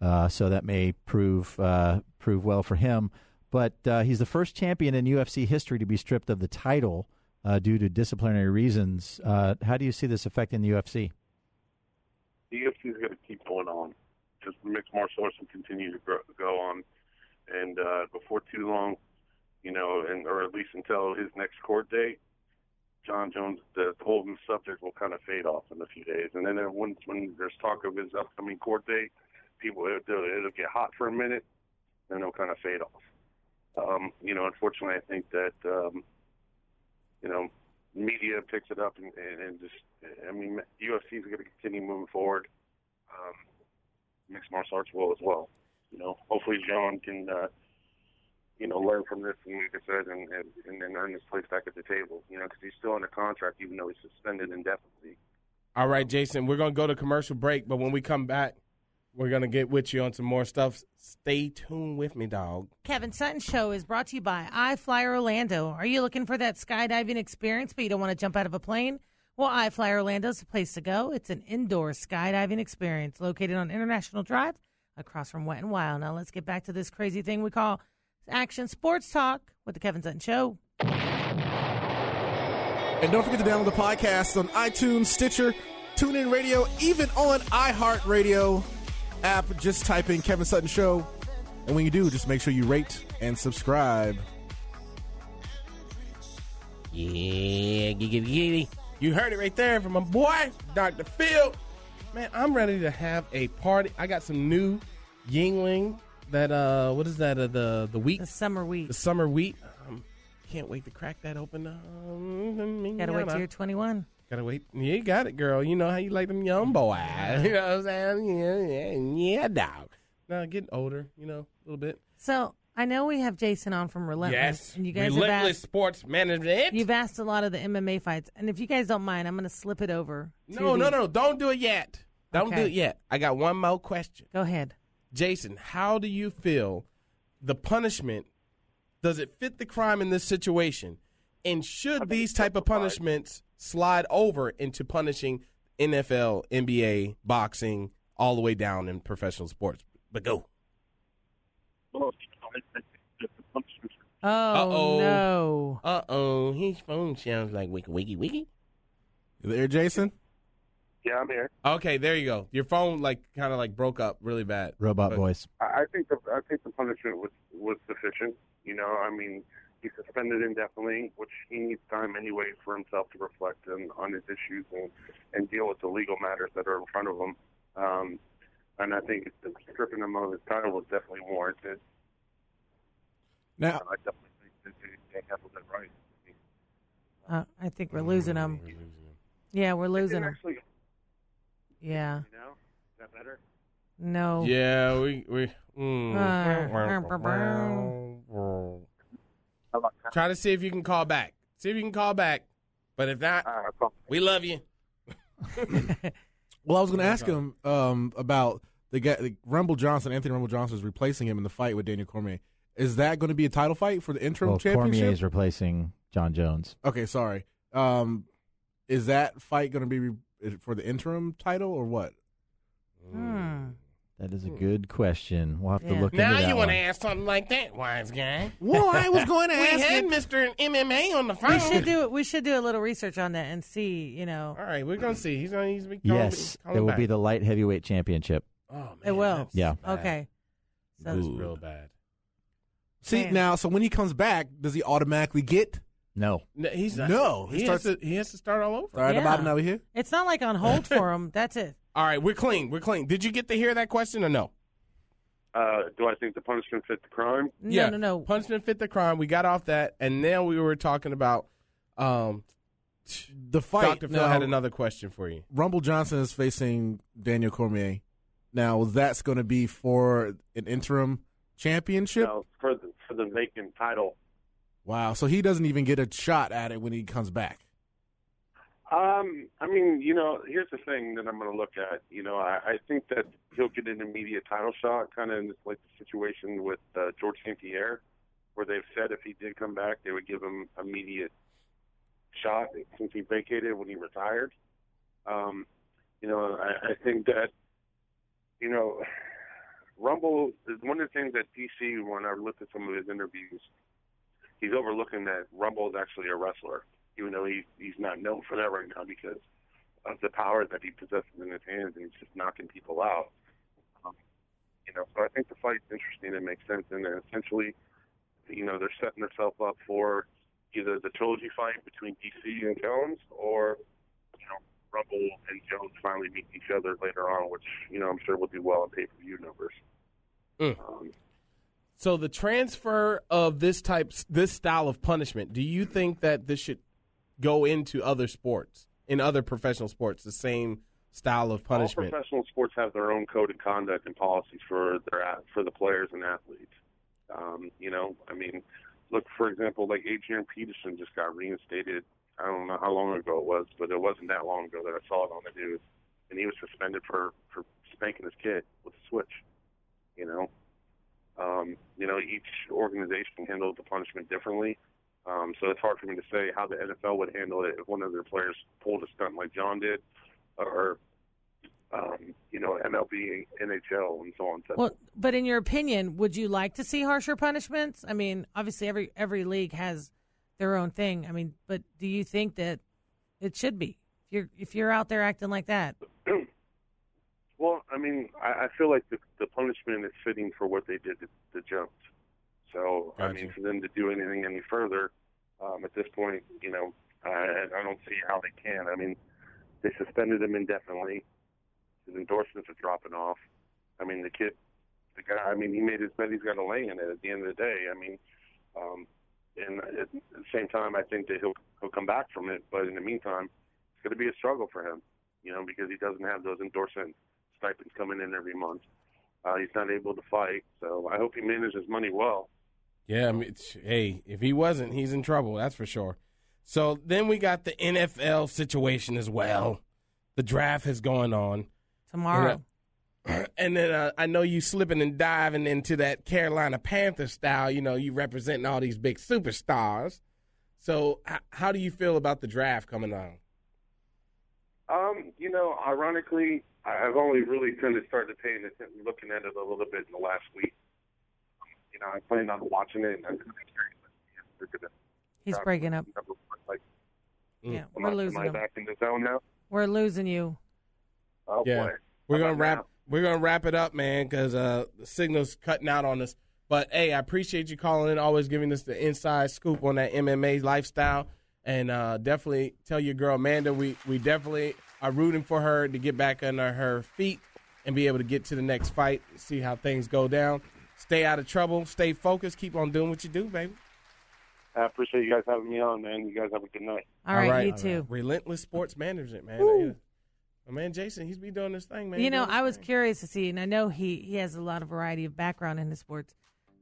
C: uh, so that may prove uh, prove well for him. But uh, he's the first champion in UFC history to be stripped of the title uh, due to disciplinary reasons. Uh, how do you see this affecting the UFC?
G: The UFC E is going to keep going on. Just mixed martial arts will continue to grow, go on, and uh, before too long, you know, and or at least until his next court date, John Jones, the whole subject will kind of fade off in a few days, and then once when there's talk of his upcoming court date, people it'll, it'll get hot for a minute, then it'll kind of fade off. Um, you know, unfortunately, I think that um, you know media picks it up and, and, and just I mean UFC is going to continue moving forward. Um, mixed martial arts will as well. You know, hopefully John can uh, you know learn from this and like I said, and, and, and then earn his place back at the table. You know, because he's still under contract even though he's suspended indefinitely.
A: All right, Jason, we're going to go to commercial break, but when we come back, we're going to get with you on some more stuff. Stay tuned with me, dog.
B: Kevin Sutton Show is brought to you by iFlyer Orlando. Are you looking for that skydiving experience, but you don't want to jump out of a plane? Well, iFlyer Orlando is the place to go. It's an indoor skydiving experience located on International Drive across from Wet and Wild. Now, let's get back to this crazy thing we call Action Sports Talk with the Kevin Sutton Show.
E: And don't forget to download the podcast on iTunes, Stitcher, TuneIn Radio, even on iHeartRadio app. Just type in Kevin Sutton Show. And when you do, just make sure you rate and subscribe.
D: Yeah, giggity, giggity.
A: You heard it right there from my boy, Dr. Phil. Man, I'm ready to have a party. I got some new Yingling that uh what is that uh, the the wheat
B: The summer week.
A: the summer wheat. Um, can't wait to crack that open. Um,
B: Gotta wait till you're 21.
A: Gotta wait. Yeah, you got it, girl. You know how you like them young boys. You know what I'm saying? Yeah, yeah, yeah, dog. Now getting older, you know, a little bit.
B: So I know we have Jason on from Relentless,
A: Yes.
B: and you guys have
A: Relentless
B: asked,
A: sports management.
B: you've asked a lot of the MMA fights, and if you guys don't mind, I'm going to slip it over. to
A: no, no,
B: the-
A: no. Don't do it yet. Don't do
B: Okay.
A: it yet. I got one more question.
B: Go ahead.
A: Jason, how do you feel the punishment does it fit the crime in this situation? And should these type of punishments slide over into punishing NFL, NBA, boxing, all the way down in professional sports? But go.
G: Well, you know, I think that the punishment
B: Oh
A: Uh-oh.
B: no!
A: Uh oh, his phone sounds like wiki wiki wiki.
E: You there, Jason?
G: Yeah, I'm here.
A: Okay, there you go. Your phone like kind of like broke up really bad.
C: Robot
A: But-
C: voice.
G: I I think the I think the punishment was was sufficient. You know, I mean, he's suspended indefinitely, which he needs time anyway for himself to reflect on, on his issues and and deal with the legal matters that are in front of him. Um, and I think the stripping him of his title was definitely warranted.
E: Now,
G: I definitely think that they- they handled it right.
B: Uh, I think we're losing him. Yeah, we're losing
G: Didn't
B: him.
G: actually,
B: Yeah.
G: you know, is that better?
B: No.
A: Yeah, we we.
B: Uh.
A: Mm.
G: How about that?
A: Try to see if you can call back. See if you can call back. But if not,
G: Uh, so-
A: we love you.
E: well, I was going to ask him um, about the guy, the Rumble Johnson, Anthony Rumble Johnson is replacing him in the fight with Daniel Cormier. Is that going to be a title fight for the interim
C: Well,
E: championship?
C: Cormier is replacing John Jones.
E: Okay, sorry. Um, is that fight going to be re- for the interim title or what?
B: Hmm.
A: Mm.
C: That is a good question. We'll have
B: Yeah.
C: to look
A: Now
C: into that
A: you
C: one.
A: want to ask something like that, wise guy?
E: Well, I was going to
A: We had Mister MMA on the phone.
B: We should do we should do a little research on that and see. You know,
A: All right, we're gonna see. He's gonna he's gonna be calling
C: yes,
A: me-
C: it
A: calling
C: will
A: back.
C: be the light heavyweight championship.
A: Oh, man,
B: it will.
A: that's
C: Yeah.
A: bad.
B: Okay.
A: That is
B: So,
E: Ooh.
A: real bad.
E: See
B: Man.
E: now, so when he comes back, does he automatically get
C: No,
A: No, he's not-
E: No, he
A: He, has to,
E: starts-
A: he has to start all over.
E: all right
B: Yeah.
E: about over here?
B: it's not like on hold for him. That's it.
A: All right, we're clean. We're clean. Did you get to hear that question or no?
G: Uh, do I think the punishment fit the crime?
B: No,
A: yeah.
B: no, no.
A: Punishment fit the crime. We got off that, and now we were talking about. Um,
E: The fight.
A: Dr. Phil
E: now,
A: had another question for you.
E: Rumble Johnson is facing Daniel Cormier. Now that's going to be for an interim championship.
G: No, for the for the vacant title.
E: Wow! So he doesn't even get a shot at it when he comes back.
G: Um, I mean, you know, here's the thing that I'm going to look at. You know, I, I think that he'll get an immediate title shot, kind of in this, like the situation with uh, George St. Pierre, where they've said if he did come back, they would give him immediate shot since he vacated when he retired. Um, you know, I, I think that, you know, Rumble is one of the things that DC, when I looked at some of his interviews, he's overlooking that Rumble is actually a wrestler even though he's he's not known for that right now because of the power that he possesses in his hands and he's just knocking people out. Um, you know, so I think the fight's interesting and makes sense. And then essentially, you know, they're setting themselves up for either the trilogy fight between DC and Jones, or you know, Rumble and Jones finally meet each other later on, which you know I'm sure will do well in pay per view numbers.
A: Mm.
G: Um,
A: So the transfer of this type, this style of punishment. Do you think that this should go into other sports, in other professional sports, the same style of punishment?
G: All professional sports have their own code of conduct and policies for their at- for the players and athletes. Um, you know, I mean, look for example, like Adrian Peterson just got reinstated. I don't know how long ago it was, but it wasn't that long ago that I saw it on the news, and he was suspended for for spanking his kid with a switch. You know, um, you know, each organization handles the punishment differently. Um, so it's hard for me to say how the NFL would handle it if one of their players pulled a stunt like John did, or um, you know, MLB, NHL, and so on. and So
B: Well, but in your opinion, would you like to see harsher punishments? I mean, obviously every every league has their own thing. I mean, but do you think that it should be? If you're if you're out there acting like that,
G: Well, I mean, I, I feel like the, the punishment is fitting for what they did to, to Jones. So, I mean,
A: Gotcha.
G: for them to do anything any further, um, at this point, you know, I, I don't see how they can. I mean, they suspended him indefinitely. His endorsements are dropping off. I mean, the kid, the guy. I mean, he made his bet. He's got to lay in it at the end of the day. I mean, um, and at the same time, I think that he'll he'll come back from it. But in the meantime, it's going to be a struggle for him, you know, because he doesn't have those endorsement stipends coming in every month. Uh, he's not able to fight, so I hope he manages money well.
A: Yeah, I mean, it's- hey, if he wasn't, he's in trouble. That's for sure. So then we got the NFL situation as well. The draft is going on,
B: Tomorrow.
A: and then uh, I know you slipping and diving into that Carolina Panther style. You know, you representing all these big superstars. So h- how do you feel about the draft coming on?
G: Um, you know, ironically, I- I've only really kind of started paying attention, looking at it a little bit in the last week. You know, I planned on watching it, and I'm kind of curious. like, yeah, they're gonna-
B: He's breaking up.
G: number one, Like,
B: Yeah,
G: Mm. am
B: we're
G: I, am
B: losing
G: I
B: him.
G: back in the zone now?
B: We're losing you.
G: Oh
A: Yeah.
G: boy.
A: We're
G: How
A: gonna
G: about
A: wrap.
G: now?
A: We're gonna wrap it up, man, because uh, the signal's cutting out on us. But hey, I appreciate you calling in, always giving us the inside scoop on that MMA lifestyle, and uh, definitely tell your girl Amanda we we definitely are rooting for her to get back under her feet and be able to get to the next fight. See how things go down. Stay out of trouble. Stay focused. Keep on doing what you do, baby.
G: I appreciate you guys having me on, man. You guys have a good night.
B: All right, you too.
A: Relentless sports management, man. Yeah. My man Jason, he's be doing this thing, man.
B: You
A: He
B: know,
A: doing his
B: I was
A: thing.
B: curious to see, and I know he he has a lot of variety of background in his sports.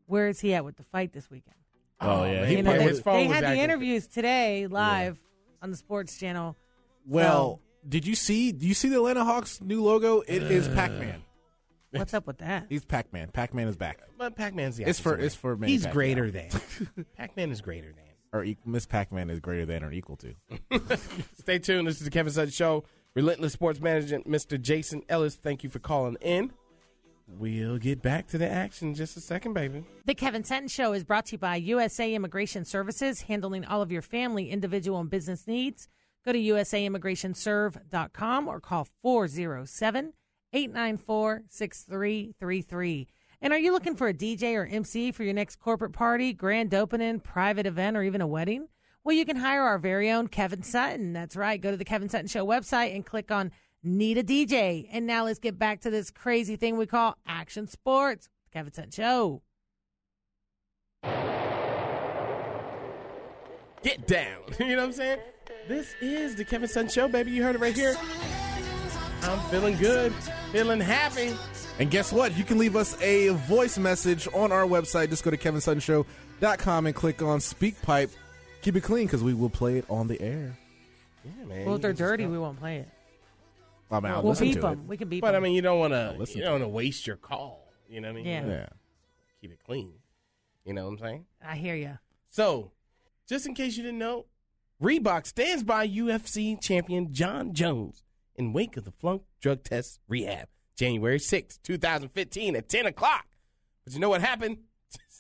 B: Where is he at with the fight this weekend?
D: Oh, yeah.
A: man.
D: He
B: You
A: You
B: know,
A: played
B: they,
A: his phone
B: they
A: was
B: had the
A: acting.
B: interviews today live on the Sports Channel.
E: Well, did you see? Do you see the Atlanta Hawks' new logo? It is
A: Uh,
E: Pac-Man.
B: What's up with that?
E: He's Pac-Man. Pac-Man is back.
A: But Pac-Man's the
E: It's for-
A: opposite
E: it's
A: way.
E: for me,
A: He's
E: Pac-Man.
A: greater than. Pac-Man is greater than.
E: Or e- Miss Pac-Man is greater than or equal to.
A: Stay tuned. This is the Kevin Sutton Show. Relentless Sports Management, Mr. Jason Ellis. Thank you for calling in. We'll get back to the action in just a second, baby.
B: The Kevin Sutton Show is brought to you by USA Immigration Services, handling all of your family, individual, and business needs. Go to usaimmigrationserve.com or call 407 894 6333. And are you looking for a DJ or MC for your next corporate party, grand opening, private event, or even a wedding? Well, you can hire our very own Kevin Sutton. That's right. Go to the Kevin Sutton Show website and click on Need a DJ. And now let's get back to this crazy thing we call action sports. Kevin Sutton Show.
A: Get down. You know what I'm saying? This is the Kevin Sutton Show, baby. You heard it right here. I'm feeling good, feeling happy.
E: And guess what? You can leave us a voice message on our website. Just go to kevinsuttonshow.com and click on Speak Pipe. Keep it clean because we will play it on the air.
A: Yeah, man.
B: Well, if they're dirty, we won't play it.
E: I mean, I'll
B: we'll
E: listen
B: beep
E: to
B: them. We can beep
A: But I
B: them.
A: mean, you don't want to.
E: listen
A: You
E: to
A: don't want to waste your call. You know what I mean?
B: Yeah.
E: it. Yeah.
A: Keep it clean. You know what I'm saying?
B: I hear you.
A: So, just in case you didn't know, Reebok stands by UFC champion John Jones in wake of the flunk drug test rehab, January sixth, two 2015, at 10 o'clock. But you know what happened?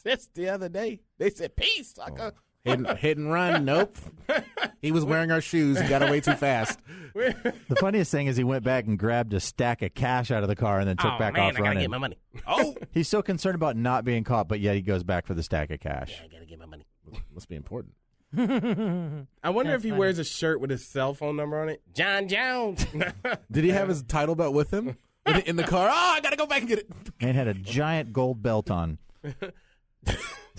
A: Just the other day, they said, Peace, sucker.
E: Hit, and- hit and run. Nope.
C: Oh.
E: He was wearing our shoes. He got away too fast.
C: The funniest thing is he went back and grabbed a stack of cash out of the car and then took
A: oh,
C: back
A: man,
C: off
A: I gotta
C: running.
A: get my money. Oh,
C: He's so concerned about not being caught, but yet he goes back for the stack of cash.
A: I gotta get my money.
E: Must be important.
A: I wonder
B: That's
A: if he
B: funny.
A: wears a shirt with his cell phone number on it. John Jones.
E: Did he have his title belt with him in the, in the car? Oh, I gotta go back and get it.
C: Man had a giant gold belt on.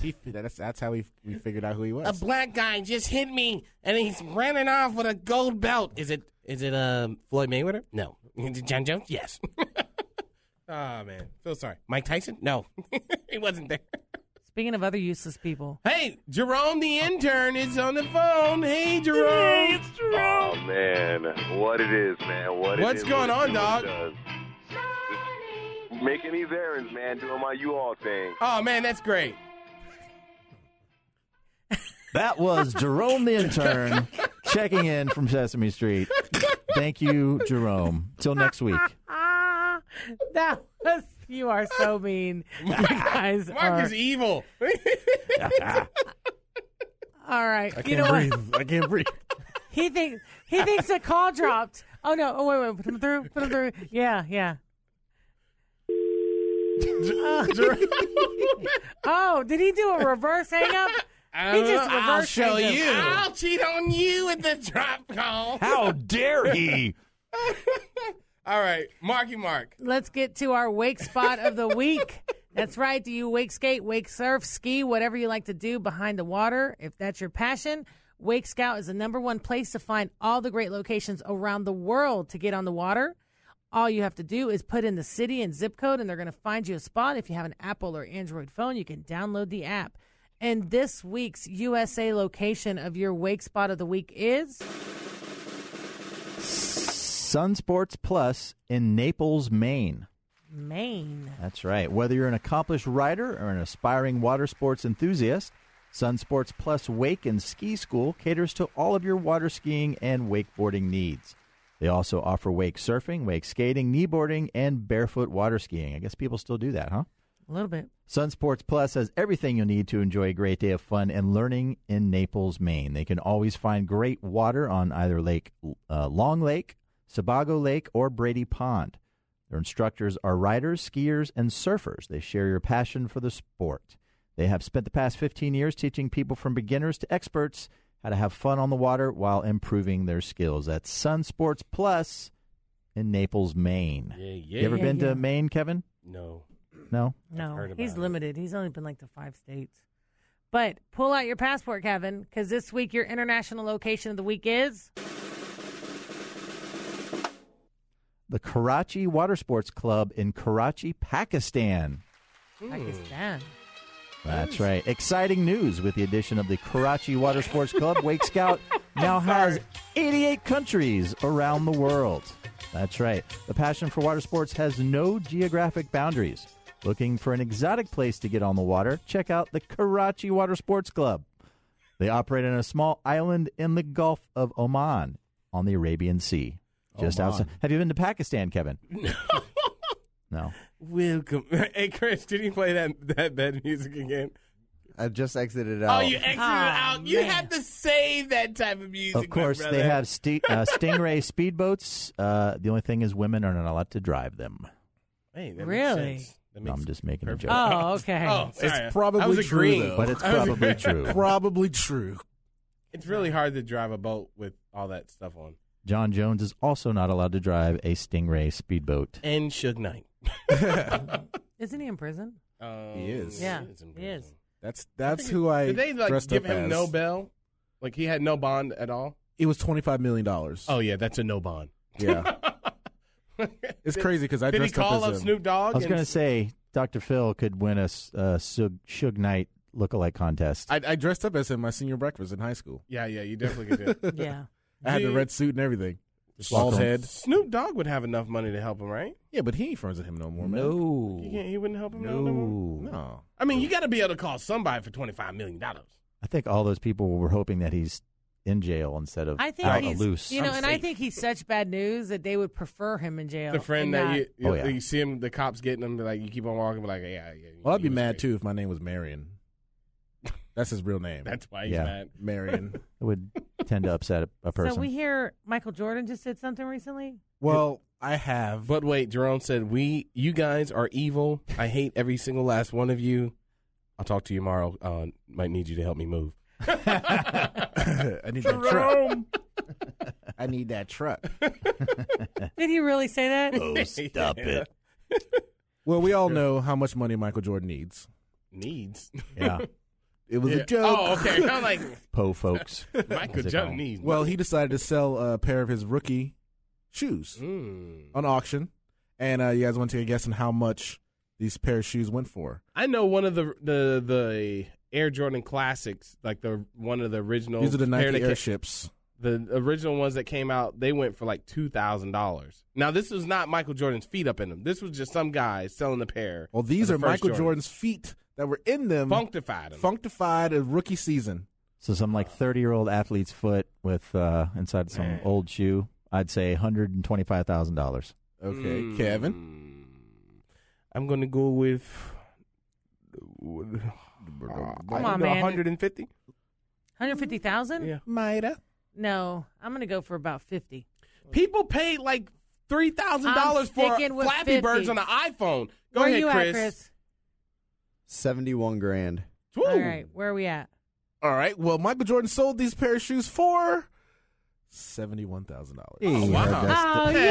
E: He, that's that's how we we figured out who he was.
A: a black guy just hit me and he's running off with a gold belt. Is it is it um Floyd Mayweather? No. Is it John Jones? Yes. Ah man. Feel sorry. Mike Tyson? No. he wasn't there.
B: Speaking of other useless people,
A: Hey, Jerome the intern is on the phone. Hey Jerome.
H: Oh man, what it is, man? What it
A: What's
H: is,
A: going
H: what it
A: on, dog?
H: does. Just Making these errands, man. Doing my you all thing.
A: Oh man, that's great.
C: That was Jerome the intern checking in from Sesame Street. Thank you, Jerome. Till next week.
B: ah, that was you are so mean. You guys
A: Mark
B: are
A: is evil.
B: all right. you know what?
E: I can't breathe.
B: He thinks he thinks the call dropped. Oh no! Oh wait, wait. Put him through. Put him through. Yeah, yeah. oh, did he do a reverse hang up? He just reversed
A: I'll show
B: him.
A: you. I'll cheat on you with the drop call.
C: How dare he?
A: All right, Marky Mark.
B: Let's get to our wake spot of the week. That's right. Do you wake skate, wake surf, ski, whatever you like to do behind the water? If that's your passion, Wake Scout is the number one place to find all the great locations around the world to get on the water. All you have to do is put in the city and zip code, and they're going to find you a spot. If you have an Apple or Android phone, you can download the app. And this week's USA location of your wake spot of the week is
C: Sunsports Plus in Naples, Maine.
B: Maine.
C: That's right. Whether you're an accomplished rider or an aspiring water sports enthusiast, Sunsports Plus Wake and Ski School caters to all of your water skiing and wakeboarding needs. They also offer wake surfing, wake skating, kneeboarding, and barefoot water skiing. I guess people still do that, huh?
B: A little bit.
C: Sunsports Plus has everything you'll need to enjoy a great day of fun and learning in Naples, Maine. They can always find great water on either Lake uh, Long Lake, Sebago Lake, or Brady Pond. Their instructors are riders, skiers, and surfers. They share your passion for the sport. They have spent the past 15 years teaching people from beginners to experts how to have fun on the water while improving their skills. That's Sunsports Plus in Naples, Maine.
A: Yeah,
C: You ever
B: yeah,
C: been
B: yeah.
C: to Maine, Kevin?
A: No.
C: No.
B: No,
A: heard
B: he's
A: about it.
B: limited. He's only been like to five states. But pull out your passport, Kevin, because this week your international location of the week is
C: the Karachi Water Sports Club in Karachi, Pakistan.
B: Pakistan.
C: That's right. Exciting news with the addition of the Karachi Water Sports Club. Wake Scout now has 88 countries around the world. That's right. The passion for water sports has no geographic boundaries. Looking for an exotic place to get on the water? Check out the Karachi Water Sports Club. They operate on a small island in the Gulf of Oman on the Arabian Sea. Just
D: Oman.
C: outside. Have you been to Pakistan, Kevin? no.
A: Welcome. Hey, Chris, did you play that that bad music again?
F: I just exited out.
A: Oh, you exited
B: Aw,
A: out. You
B: man.
A: have to save that type of music.
C: Of
A: my
C: course, they
A: brother.
C: have sti uh, Stingray speedboats. Uh, the only thing is, women are not allowed to drive them.
A: Hey, that makes
B: Really?
A: sense. That
C: No,
A: makes
C: I'm just making a
A: perfect.
C: joke,
B: Oh, okay.
A: Hmm. Oh, sorry.
E: It's probably
A: I was
E: true,
A: agreeing.
E: though.
C: but it's
B: Oh.
C: probably true.
E: Probably true.
A: It's really hard to drive a boat with all that stuff on.
C: John Jones is also not allowed to drive a Stingray speedboat.
A: And Suge Knight.
B: Isn't he in prison?
A: Um,
E: He is.
B: Yeah,
A: in
B: he
A: prison.
B: is.
E: That's that's who I
A: Did they like
E: dressed
A: give
E: up
A: him
E: as.
A: no bail? Like he had no bond at all?
E: It was twenty five million dollars.
A: Oh yeah, that's a no bond.
E: yeah, it's crazy because I
A: Did he
E: dressed
A: call
E: up
A: up
E: as him.
A: Snoop Dogg?
C: I was
A: and-
C: going to say, Dr. Phil could win a s- uh, Suge, Suge Knight lookalike contest.
E: I, I dressed up as him my senior breakfast in high school.
A: Yeah, yeah, you definitely could do. it.
B: Yeah.
E: I had the
A: Dude.
E: red suit and everything,
C: Just
E: bald
C: walk on.
E: head.
A: Snoop Dogg would have enough money to help him, right?
E: Yeah, but he ain't friends with him no more, man.
A: He,
D: No.
A: can't, he wouldn't help him. out no more?
D: No.
E: No,
A: I mean, you got to be able to call somebody for twenty five million dollars.
C: I think all those people were hoping that he's in jail instead of
B: I think
C: out
B: he's,
C: loose.
B: you know,
A: I'm
B: and I
A: safe.
B: think he's such bad news that they would prefer him in jail.
A: The friend
B: and
A: that
B: not-
A: you you,
C: Oh, yeah.
A: you see him, the cops getting him, like you keep on walking, but like yeah, yeah.
E: well, I'd
A: he
E: be
A: was
E: mad
A: great.
E: too if my name was Marion. That's his real name,
A: That's why he's
C: Yeah.
A: mad.
E: Marion.
C: it would tend to upset a, a person.
B: So we hear Michael Jordan just did something recently.
E: Well, I have.
A: But wait, Jerome said we, you guys are evil. I hate every single last one of you. I'll talk to you tomorrow. Uh, might need you to help me move.
E: I need that truck. I need that truck.
B: Did he really say that?
C: oh, stop it.
E: Well, we all know how much money Michael Jordan needs.
A: Needs.
C: Yeah.
E: It was
A: Yeah.
E: a joke.
A: Oh, okay. I'm like
C: Po folks.
A: Michael
C: As
A: Jordan
C: they call
A: needs. money.
E: Well, he decided to sell a pair of his rookie shoes
A: Mm.
E: on auction, and uh, you guys want to take a guess on how much these pair of shoes went for?
A: I know one of the the the Air Jordan classics, like the one of the original.
E: These are the
A: pair that
E: Nike
A: ca-
E: airships.
A: the original ones that came out, they went for like two thousand dollars. Now this was not Michael Jordan's feet up in them. This was just some guy selling a pair.
E: Well,
A: of
E: these
A: the
E: are
A: first
E: Michael um,
A: Jordans.
E: Jordan's feet that were in them,
A: Functified them.
E: functified a rookie season.
C: So some like thirty year old athlete's foot with uh, inside some old shoe. I'd say hundred and twenty five thousand dollars.
E: Okay, Kevin.
A: Mm. I'm gonna go with.
B: Come on, man.
A: 150.
B: 150,000?
A: Yeah.
E: Maida.
B: No, I'm going to go for about 50.
A: People paid like three thousand dollars for
B: sticking with
A: Flappy
B: 50.
A: Birds on an iPhone. Go
B: where
A: ahead,
B: are you
A: Chris.
B: at, Chris?
F: 71 grand.
A: Woo.
B: All right, where are we at?
E: All right. Well, Michael Jordan sold these pair of shoes for seventy-one thousand dollars.
A: wow.
B: Oh, you
A: Hey.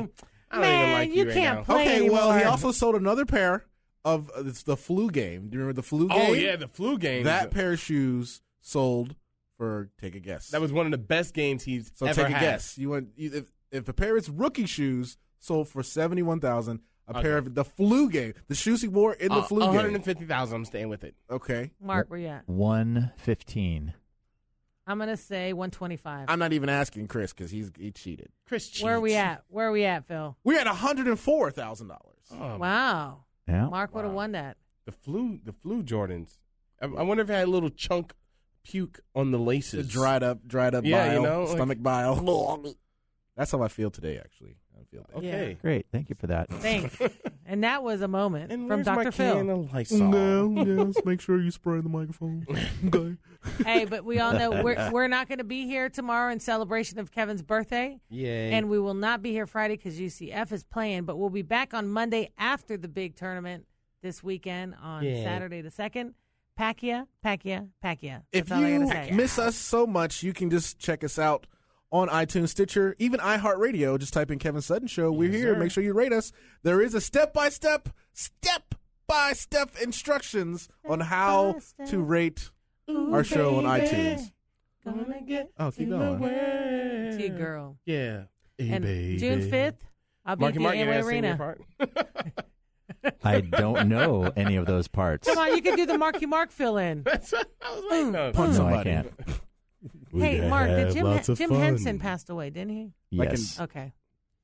B: know.
A: I don't even
B: Man,
A: like you
B: you
A: right
B: can't
A: now.
B: play
E: Okay.
B: anymore.
E: Well, he also sold another pair of uh, it's the flu game. Do you remember the flu game?
A: Oh yeah, the flu game.
E: That pair of shoes sold for take a guess.
A: that was one of the best games he's
E: so
A: ever
E: take a
A: had.
E: guess. You want you, if if a pair of his rookie shoes sold for seventy one thousand, a pair of the flu game, the shoes he wore in the
A: Uh,
E: flu game.
A: 150,000. I'm staying with it.
E: Okay,
B: Mark, where you at?
C: One fifteen.
B: I'm gonna say 125.
E: I'm not even asking Chris because he's he cheated.
A: Chris
B: Where are we at? Where are we at, Phil?
E: We're at one hundred and four thousand dollars.
A: Oh,
B: Wow.
C: Yeah.
B: Mark would have won that.
A: The flu, the flu Jordans. I, I wonder if it had a little chunk puke on the
E: The
A: laces.
E: dried up, dried up
A: Yeah,
E: bile,
A: you know, like-
E: stomach bile. That's how I feel today. Actually, I feel that.
A: Okay.
C: Great. Thank you for that.
B: Thanks. and that was a moment
A: And
B: from
A: where's my
B: Dr.
A: can
B: Phil.
A: of Lysol?
E: yes. Make sure you spray the microphone. Okay.
B: hey, but we all know we're we're not going to be here tomorrow in celebration of Kevin's birthday.
A: Yay.
B: And we will not be here Friday because UCF is playing, but we'll be back on Monday after the big tournament this weekend on
A: Yeah.
B: Saturday the 2nd. Pacquiao, Pacquiao, Pacquiao.
E: If
B: That's all I
E: you
B: got to say.
E: miss us so much, you can just check us out on iTunes, Stitcher, even iHeartRadio. Just type in Kevin Sutton Show. We're here. Make sure you rate us. There is a step by step, step by step instructions on how
B: Step-by-step.
E: to rate
B: Ooh,
E: our show on
B: baby,
E: iTunes.
B: Gonna get
E: Oh, keep going.
B: to you, girl.
A: Yeah.
B: And June 5th, I'll be
A: Marky Mark,
B: at
A: you
B: the
A: gotta
B: Amway
A: sing your
B: Arena.
A: part.
C: I don't know any of those parts.
B: Come on, you can do the Marky Mark fill in.
A: That's what I was like, no.
E: Punch
C: No, I
E: somebody.
C: can't.
B: hey, Mark, did Jim,
D: lots of
B: Jim
D: fun.
B: Henson passed away, didn't he?
E: Like in-
C: Yes.
B: Okay.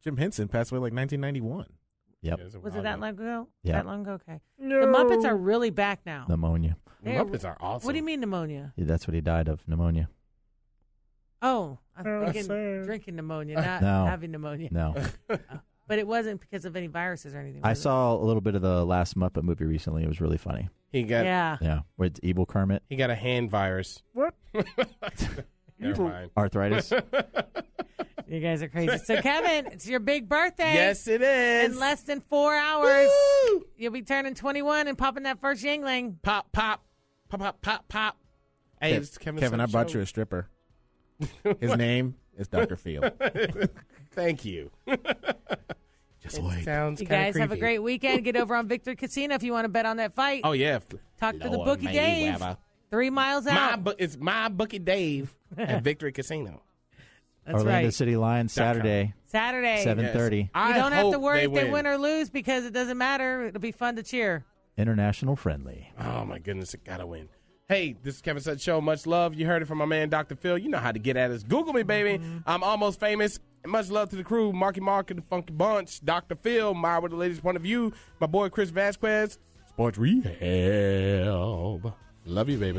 E: Jim Henson passed away like 1991.
C: Yep.
A: Yeah, it's a
B: Was
A: wild
B: it that
A: one.
B: long ago?
C: Yeah.
B: That long ago? Okay. The Muppets are really back now.
C: Pneumonia.
B: They're-
A: Muppets are awesome.
B: What do you mean pneumonia?
C: Yeah, That's what he died of. Pneumonia.
A: Oh,
B: Oh, I'm thinking
A: sir.
B: drinking pneumonia, not
C: No.
B: having pneumonia.
C: No.
B: But it wasn't because of any viruses or anything.
C: I
B: was it?
C: saw a little bit of the last Muppet movie recently. It was really funny.
A: He got
B: Yeah.
C: Yeah. With Evil Kermit,
A: he got a hand virus. What? Never mind.
C: arthritis.
B: You guys are crazy. So, Kevin, it's your big birthday.
A: Yes, it is.
B: In less than four hours,
A: Woo!
B: you'll be turning 21 and popping that first yingling.
A: Pop, pop, pop, pop, pop, pop. Hey, it's Kevin.
E: Kevin, I
A: Sutton
E: brought
A: Show.
E: you a stripper. His name is Dr. Field.
A: Thank you. Just wait. Sounds
B: You
A: kinda
B: guys have a
A: creepy.
B: great weekend. Get over on Victor Casino if you want to bet on that fight.
A: Oh yeah.
B: Talk to the bookie Dave. Three miles
A: My
B: out.
A: bu- it's my bookie Dave at Victory Casino.
B: That's
C: Orlando
B: right.
C: City Lions Saturday,
B: Saturday.
C: seven
A: Yes.
C: thirty.
B: You
A: I
B: don't have to
A: hope
B: worry
A: they
B: if
A: win.
B: they win or lose because it doesn't matter. It'll be fun to cheer.
C: International friendly.
A: Oh my goodness, it gotta win. Hey, this is Kevin Sutton Show. Much love. You heard it from my man Dr. Phil. You know how to get at us. Google me, baby. I'm almost famous. And Much love to the crew, Marky Mark and the Funky Bunch, Dr. Phil, my with the ladies' point of view, my boy Chris Vasquez, Sports Rehab. Love you, baby.